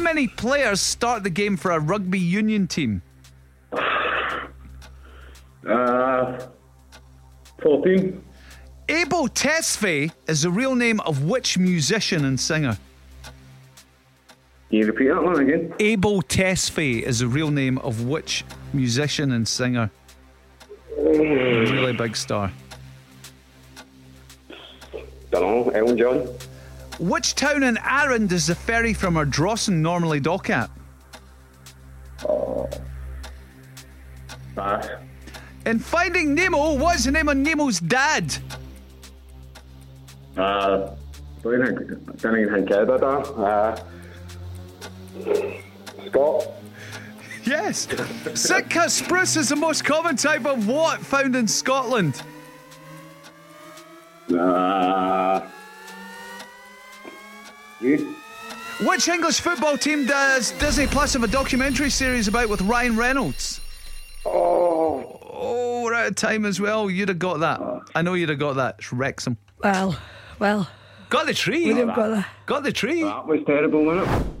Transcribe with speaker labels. Speaker 1: many players start the game for a rugby union team?
Speaker 2: Uh, 14.
Speaker 1: Abel Tesfaye is the real name of which musician and singer?
Speaker 2: Can you repeat that one again?
Speaker 1: Abel Tesfaye is the real name of which musician and singer? Really big star.
Speaker 2: Don't know. Elton John.
Speaker 1: Which town in Arran does the ferry from Ardrossan normally dock at?
Speaker 2: Pass.
Speaker 1: In Finding Nemo, what's the name of Nemo's dad?
Speaker 2: Uh, don't even, don't even think I did that. Uh, Scott.
Speaker 1: Yes. Sitka spruce is the most common type of what found in Scotland?
Speaker 2: Uh, you.
Speaker 1: Which English football team does Disney Plus have a documentary series about with Ryan Reynolds?
Speaker 2: Oh,
Speaker 1: Oh, we're out of time as well. You'd have got that. I know you'd have got that. It's Wrexham.
Speaker 3: Well, well,
Speaker 1: Got the tree.
Speaker 3: we've got that.
Speaker 1: Got the tree.
Speaker 2: that was terrible, wasn't it?